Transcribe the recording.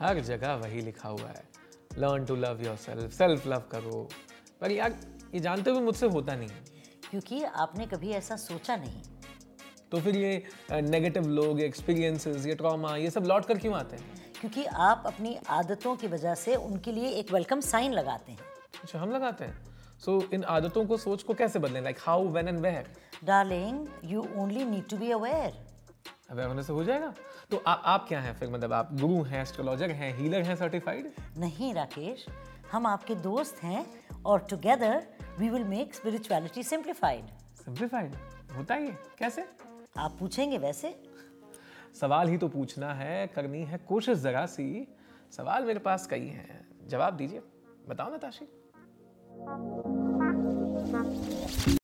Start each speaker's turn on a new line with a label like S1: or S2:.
S1: हर जगह वही लिखा हुआ है learn to love your self लव करो पर यार ये जानते हुए मुझसे होता नहीं है
S2: क्योंकि आपने कभी ऐसा सोचा नहीं
S1: तो फिर ये नेगेटिव लोग एक्सपीरियंसेस ये ट्रॉमा ये सब लौट कर क्यों आते हैं
S2: क्योंकि आप अपनी आदतों की वजह से उनके लिए एक वेलकम साइन लगाते हैं
S1: अच्छा हम लगाते हैं सो इन आदतों को सोच को कैसे बदलें like how when and where
S2: darling you only need to be aware
S1: aware होने से हो जाएगा तो आ, आप क्या हैं फिर मतलब आप गुरु हैं एस्ट्रोलॉजर हैं हीलर हैं सर्टिफाइड
S2: नहीं राकेश हम आपके दोस्त हैं और together we will make spirituality simplified
S1: simplified होता है ये कैसे
S2: आप पूछेंगे वैसे
S1: सवाल ही तो पूछना है करनी है कोशिश जरा सी सवाल मेरे पास कई हैं जवाब दीजिए बताओ नताशी